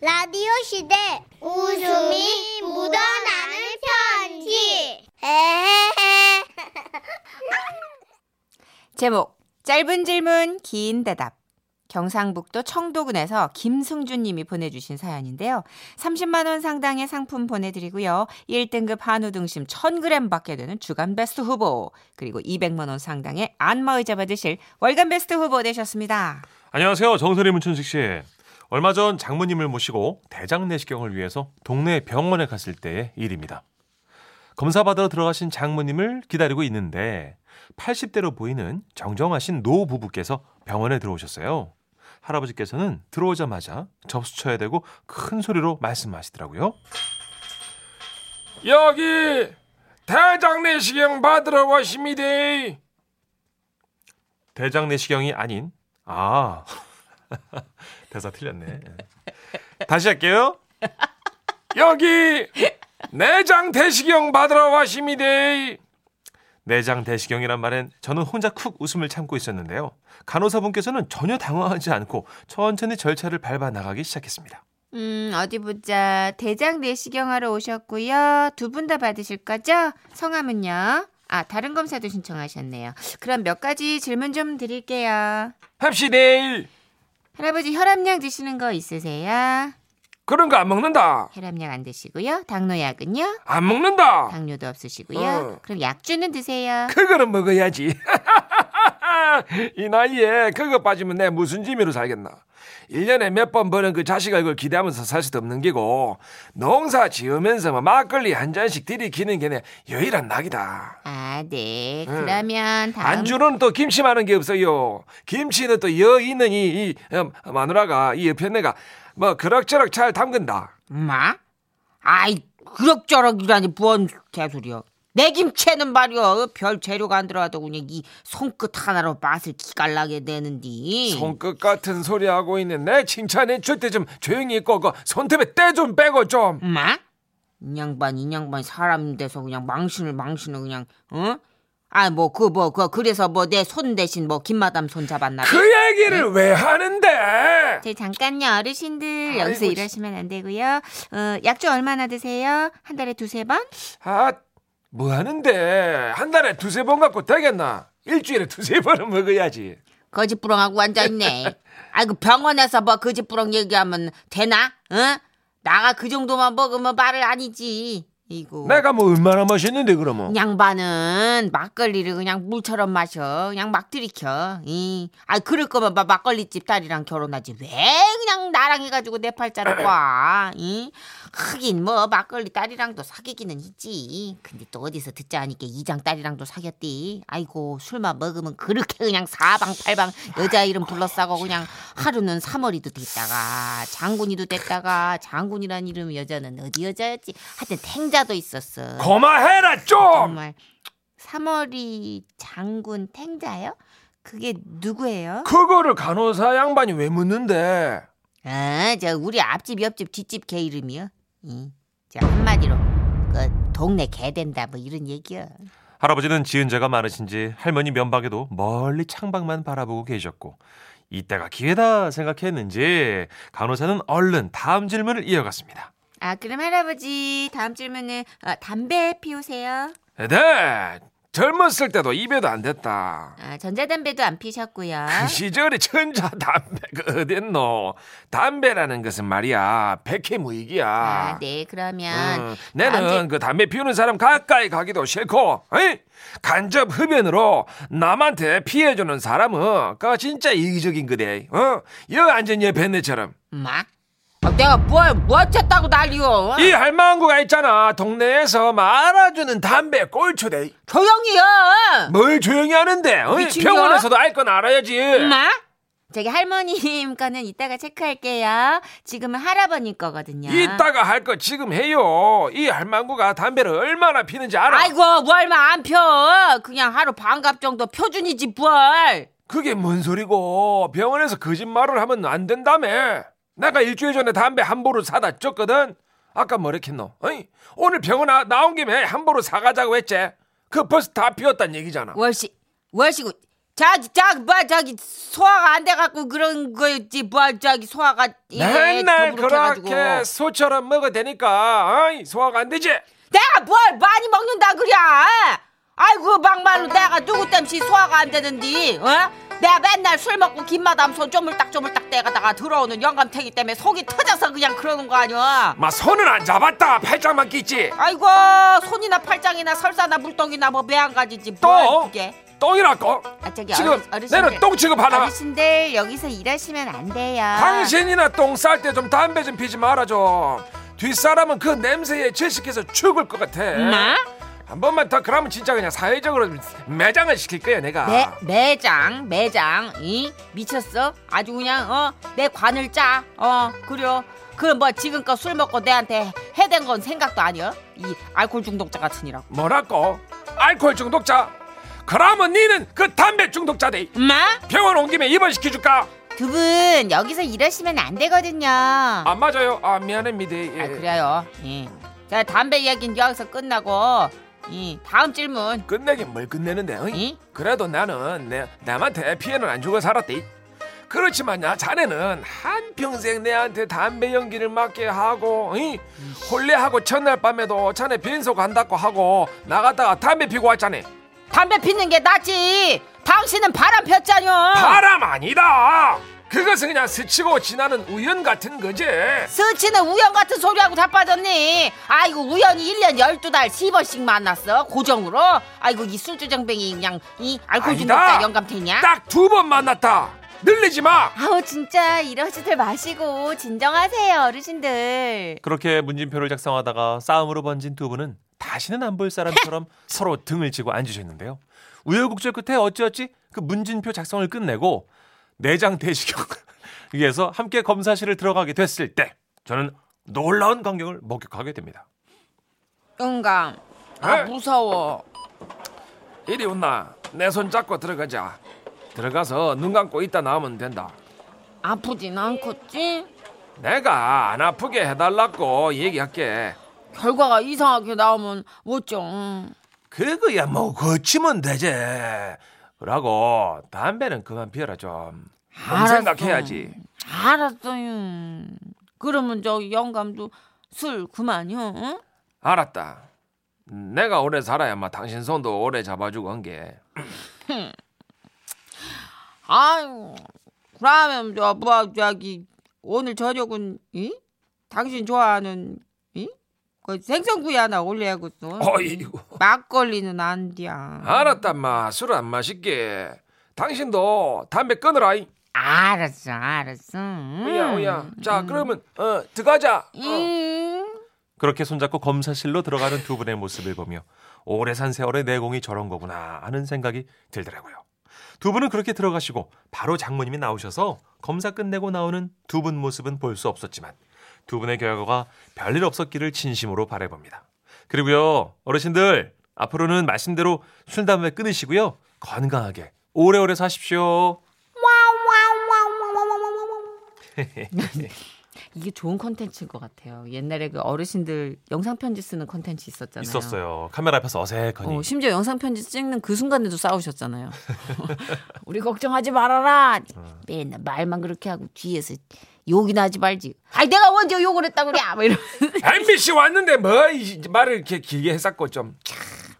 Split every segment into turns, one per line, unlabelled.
라디오 시대 웃음이 묻어나는 편지 에헤헤
제목 짧은 질문 긴 대답 경상북도 청도군에서 김승준 님이 보내주신 사연인데요. 30만 원 상당의 상품 보내드리고요. 1등급 한우 등심 1000g 받게 되는 주간베스트 후보 그리고 200만 원 상당의 안마의자 받으실 월간베스트 후보 되셨습니다.
안녕하세요. 정선희 문춘식 씨. 얼마 전 장모님을 모시고 대장 내시경을 위해서 동네 병원에 갔을 때의 일입니다. 검사 받으러 들어가신 장모님을 기다리고 있는데 80대로 보이는 정정하신 노부부께서 병원에 들어오셨어요. 할아버지께서는 들어오자마자 접수 쳐야 되고 큰 소리로 말씀하시더라고요.
여기 대장 내시경 받으러 왔습니다.
대장 내시경이 아닌 아 대사 틀렸네. 예. 다시 할게요.
여기 내장 대시경 받으러 왔습니다.
내장 대시경이란 말엔 저는 혼자 쿡 웃음을 참고 있었는데요. 간호사분께서는 전혀 당황하지 않고 천천히 절차를 밟아 나가기 시작했습니다.
음 어디 보자 대장 내시경하러 오셨고요. 두 분 다 받으실 거죠? 성함은요? 아 다른 검사도 신청하셨네요. 그럼 몇 가지 질문 좀 드릴게요.
합시다.
할아버지 혈압약 드시는 거 있으세요?
그런 거 안 먹는다.
혈압약 안 드시고요. 당뇨약은요?
안 먹는다.
당뇨도 없으시고요.
어.
그럼 약주는 드세요.
그거는 먹어야지. 이 나이에 그거 빠지면 내 무슨 재미로 살겠나. 1년에 몇 번 버는 그 자식 얼굴 기대하면서 살 수도 없는 게고 농사 지으면서 뭐 막 막걸리 한 잔씩 들이키는 게 내 유일한 낙이다.
아, 네. 그러면 다음
안주는 또 김치 많은 게 없어요. 김치는 또 여기 있는 이, 이, 음, 마누라가 이 옆편네가 뭐 그럭저럭 잘 담근다.
엄마? 음, 아? 아이 그럭저럭이라니 뭔 개소리여 내 김치에는 말이여 별 재료가 안 들어가도 그냥 이 손끝 하나로 맛을 기갈나게 내는디
손끝 같은 소리 하고 있는 내 칭찬해 줄 때 좀 조용히 있고 그 손톱에 때 좀 빼고 좀.
엄마? 음, 아? 이 양반 이 양반 사람 돼서 그냥 망신을 망신을 그냥 응? 아뭐 그 뭐 그 그래서 뭐 내 손 대신 뭐 김마담 손 잡았나
그 얘기를 왜 하는데?
제 잠깐요 어르신들 여기서
아이고,
이러시면 안 되고요. 어, 약주 얼마나 드세요? 한 달에 두세 번?
아, 뭐 하는데? 한 달에 두세 번 갖고 되겠나? 일주일에 두세 번은 먹어야지.
거짓부렁하고 앉아있네. 아이고 병원에서 뭐 거짓부렁 얘기하면 되나? 응? 나가 그 정도만 먹으면 말을 아니지. 이고
내가 뭐 얼마나 맛있는데 그러면?
양반은 막걸리를 그냥 물처럼 마셔. 그냥 막 들이켜. 이. 아 그럴 거면 막 막걸리 집 딸이랑 결혼하지. 왜 그냥 나랑 해가지고 내 팔자를 꽈. 이. 하긴 뭐 막걸리 딸이랑도 사귀기는 있지. 근데 또 어디서 듣자 하니까 이장 딸이랑도 사귀었디. 아이고 술만 먹으면 그렇게 그냥 사방팔방 여자 이름 둘러싸고 그냥 하루는 사머리도 됐다가 장군이도 됐다가 장군이란 이름 여자는 어디 여자였지. 하여튼 탱자도 있었어.
고마해라 좀.
정말 삼월이 장군 탱자요? 그게 누구예요?
그거를 간호사 양반이 왜 묻는데?
아, 저 우리 앞집 옆집 뒷집 개 이름이요. 이, 저 한마디로 그 동네 개 된다 뭐 이런 얘기요.
할아버지는 지은 죄가 많으신지 할머니 면박에도 멀리 창밖만 바라보고 계셨고 이때가 기회다 생각했는지 간호사는 얼른 다음 질문을 이어갔습니다.
아 그럼 할아버지 다음 질문은 어, 담배 피우세요?
네, 젊었을 때도 입에도 안 됐다.
아, 전자담배도 안 피셨고요.
그 시절에 천자 담배가 그 어딨노? 담배라는 것은 말이야 백해무익이야.
아, 네 그러면
음, 나는
남자-
그 담배 피우는 사람 가까이 가기도 싫고, 에이? 간접 흡연으로 남한테 피해주는 사람은 그 진짜 이기적인 거래. 어? 여 완전 옆에 내처럼.
막?
어,
아, 내가 뭘, 뭐 어쨌다고 난리요. 어?
이 할망구가 있잖아. 동네에서 막 알아주는 담배 꼴초대.
조용히 요
뭘 조용히 하는데? 어?
미친겨?
병원에서도 알 건 알아야지.
엄마?
저기 할머님 거는 이따가 체크할게요. 지금은 할아버님 거거든요.
이따가 할 거 지금 해요. 이 할망구가 담배를 얼마나 피는지 알아?
아이고, 뭘 막 안 펴. 그냥 하루 반갑 정도 표준이지, 뭘.
그게 뭔 소리고 병원에서 거짓말을 하면 안 된다며 내가 일주일 전에 담배 한 보루 사다 쪘거든 아까 뭐랬겠노 어이? 오늘 병원
뭐,
아- 나온 김에 한 보루 사가자고 했지 그 벌써 다 피웠단 얘기잖아
월시, 월시고 자, 자, 뭐 저기 소화가 안 돼갖고 그런 거였지. 뭐 저기 소화가 예,
맨날
더부룩해가지고.
그렇게 소처럼 먹어대니까 어이, 소화가 안 되지.
내가 뭘 많이 먹는다 그래? 아이고 막말로 내가 누구 땜시 소화가 안 되는디? 어? 내가 맨날 술 먹고 김마담 손 쪼물딱쪼물딱 대가다가 들어오는 영감탱이 때문에 속이 터져서 그냥 그러는 거 아니야?
마 손은 안 잡았다. 팔짱만 끼지.
아이고 손이나 팔짱이나 설사나 물똥이나 뭐 매한 가지지
또?
뭐 그게?
똥이라고.
아 저기
지금
어르- 어르신들
내는 똥 취급하나?
어르신들 여기서 일하시면 안 돼요.
아.
당신이나 똥 쌀 때 좀 담배 좀 피지 말아 줘. 뒷사람은 그 냄새에 질식해서 죽을 것 같아.
마?
한 번만 더 그러면 진짜 그냥 사회적으로 매장을 시킬 거야 내가.
매, 매장 매장 이 미쳤어 아주 그냥 어 내 관을 짜어 그려 그 뭐 지금껏 술 먹고 내한테 해댄 건 생각도 아니야 이 알코올 중독자 같으니라고
뭐라고? 알코올 중독자? 그러면 니는 그 담배 중독자대.
엄마
병원 온 김에 입원시켜줄까?
두 분 여기서 일하시면 안 되거든요.
안 맞아요. 아 미안합니다. 예.
아 그래요 예자 담배 이야기는 여기서 끝나고 이 다음 질문
끝내긴 뭘 끝내는데. 어이?
이
그래도 나는 내, 남한테 피해는 안 주고 살았대. 그렇지만 나 자네는 한 평생 내한테 담배 연기를 맡게 하고, 이? 혼례하고 첫날 밤에도 자네 빈소 간다고 하고 나갔다가 담배 피고 왔잖아.
담배 피는 게 낫지 당신은 바람 폈잖여
바람 아니다. 그것은 그냥 스치고 지나는 우연 같은 거지.
아. 스치는 우연 같은 소리하고 다 빠졌니? 아이고 우연히 일년 12달 10번씩 만났어 고정으로? 아이고 이 술주정뱅이 그냥 이 알코올 중독자
아니다.
영감탱이야?
딱 두 번 만났다. 늘리지 마.
아우 진짜 이러지들 마시고 진정하세요 어르신들.
그렇게 문진표를 작성하다가 싸움으로 번진 두 분은 다시는 안 볼 사람처럼 서로 등을 치고 앉으셨는데요. 우여곡절 끝에 어찌어찌 그 문진표 작성을 끝내고 내장 대시경 위에서 함께 검사실을 들어가게 됐을 때 저는 놀라운 광경을 목격하게 됩니다.
영감
에?
아 무서워
이리 온나. 내 손 잡고 들어가자. 들어가서 눈 감고 있다 나오면 된다.
아프진 않겠지?
내가 안 아프게 해달라고 얘기할게.
결과가 이상하게 나오면 어쩜 음.
그거야 뭐 고치면 되지. 라고 담배는 그만 피워라 좀. 좀
알았어.
생각해야지.
알았어요 그러면 저 영감도 술 그만요 응?
알았다. 내가 오래 살아야 마 당신 손도 오래 잡아주고 한 게.
아유, 그러면 저, 뭐, 저기, 오늘 저녁은, 이? 당신 좋아하는, 이? 그 생선구이 하나 올려야겠어.
어이구. 아.
막걸리는 안 돼야.
알았다 마. 술 안 마실게. 당신도 담배 끊으라이.
알았어, 알았어. 음.
오야 오야. 자 그러면 어 들어가자. 어.
음.
그렇게 손잡고 검사실로 들어가는 두 분의 모습을 보며 오래 산 세월의 내공이 저런 거구나 하는 생각이 들더라고요. 두 분은 그렇게 들어가시고 바로 장모님이 나오셔서 검사 끝내고 나오는 두 분 모습은 볼 수 없었지만 두 분의 결과가 별일 없었기를 진심으로 바라봅니다. 그리고요 어르신들 앞으로는 말씀대로 술 담배 끊으시고요 건강하게 오래오래 사십시오.
이게 좋은 컨텐츠인 것 같아요. 옛날에 그 어르신들 영상편지 쓰는 컨텐츠 있었잖아요.
있었어요 카메라 앞에서 어색하니
어, 심지어 영상편지 찍는 그 순간에도 싸우셨잖아요. 우리 걱정하지 말아라.
어.
맨날 말만 그렇게 하고 뒤에서 욕이나 하지 말지. 아이 내가 언제 욕을 했다고 그래. 막 이러면서
MBC 왔는데 뭐 이 말을 이렇게 길게 했었고 좀.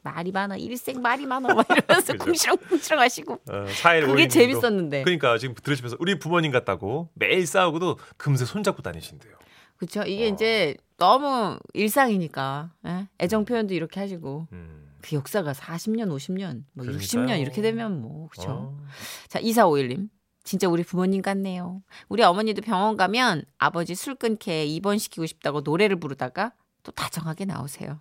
말이 많아. 일생 말이 많아. 막 이러면서
그죠.
궁시렁궁시렁 하시고.
어, 4일
그게 재밌었는데.
그러니까 지금 들으시면서 우리 부모님 같다고 매일 싸우고도 금세 손잡고 다니신대요.
그렇죠.
어.
이게 이제 너무 일상이니까. 예? 애정 표현도 이렇게 하시고.
음.
그 역사가 40년, 50년, 뭐
그러니까요.
60년 이렇게 되면 뭐 그렇죠.
어.
자, 2451님. 진짜 우리 부모님 같네요. 우리 어머니도 병원 가면 아버지 술 끊게 입원시키고 싶다고 노래를 부르다가 또 다정하게 나오세요.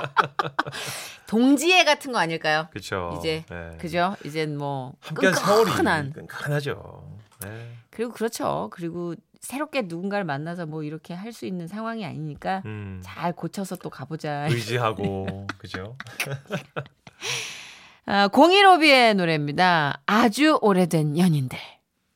동지애 같은 거 아닐까요?
그렇죠.
이제
네.
그죠? 이젠 뭐
함께한 세월이
끈끈한
끈끈하죠. 네.
그리고 그렇죠. 그리고 새롭게 누군가를 만나서 뭐 이렇게 할 수 있는 상황이 아니니까
음.
잘 고쳐서 또 가보자.
의지하고 그죠.
아, 015B의 노래입니다. 아주 오래된 연인들.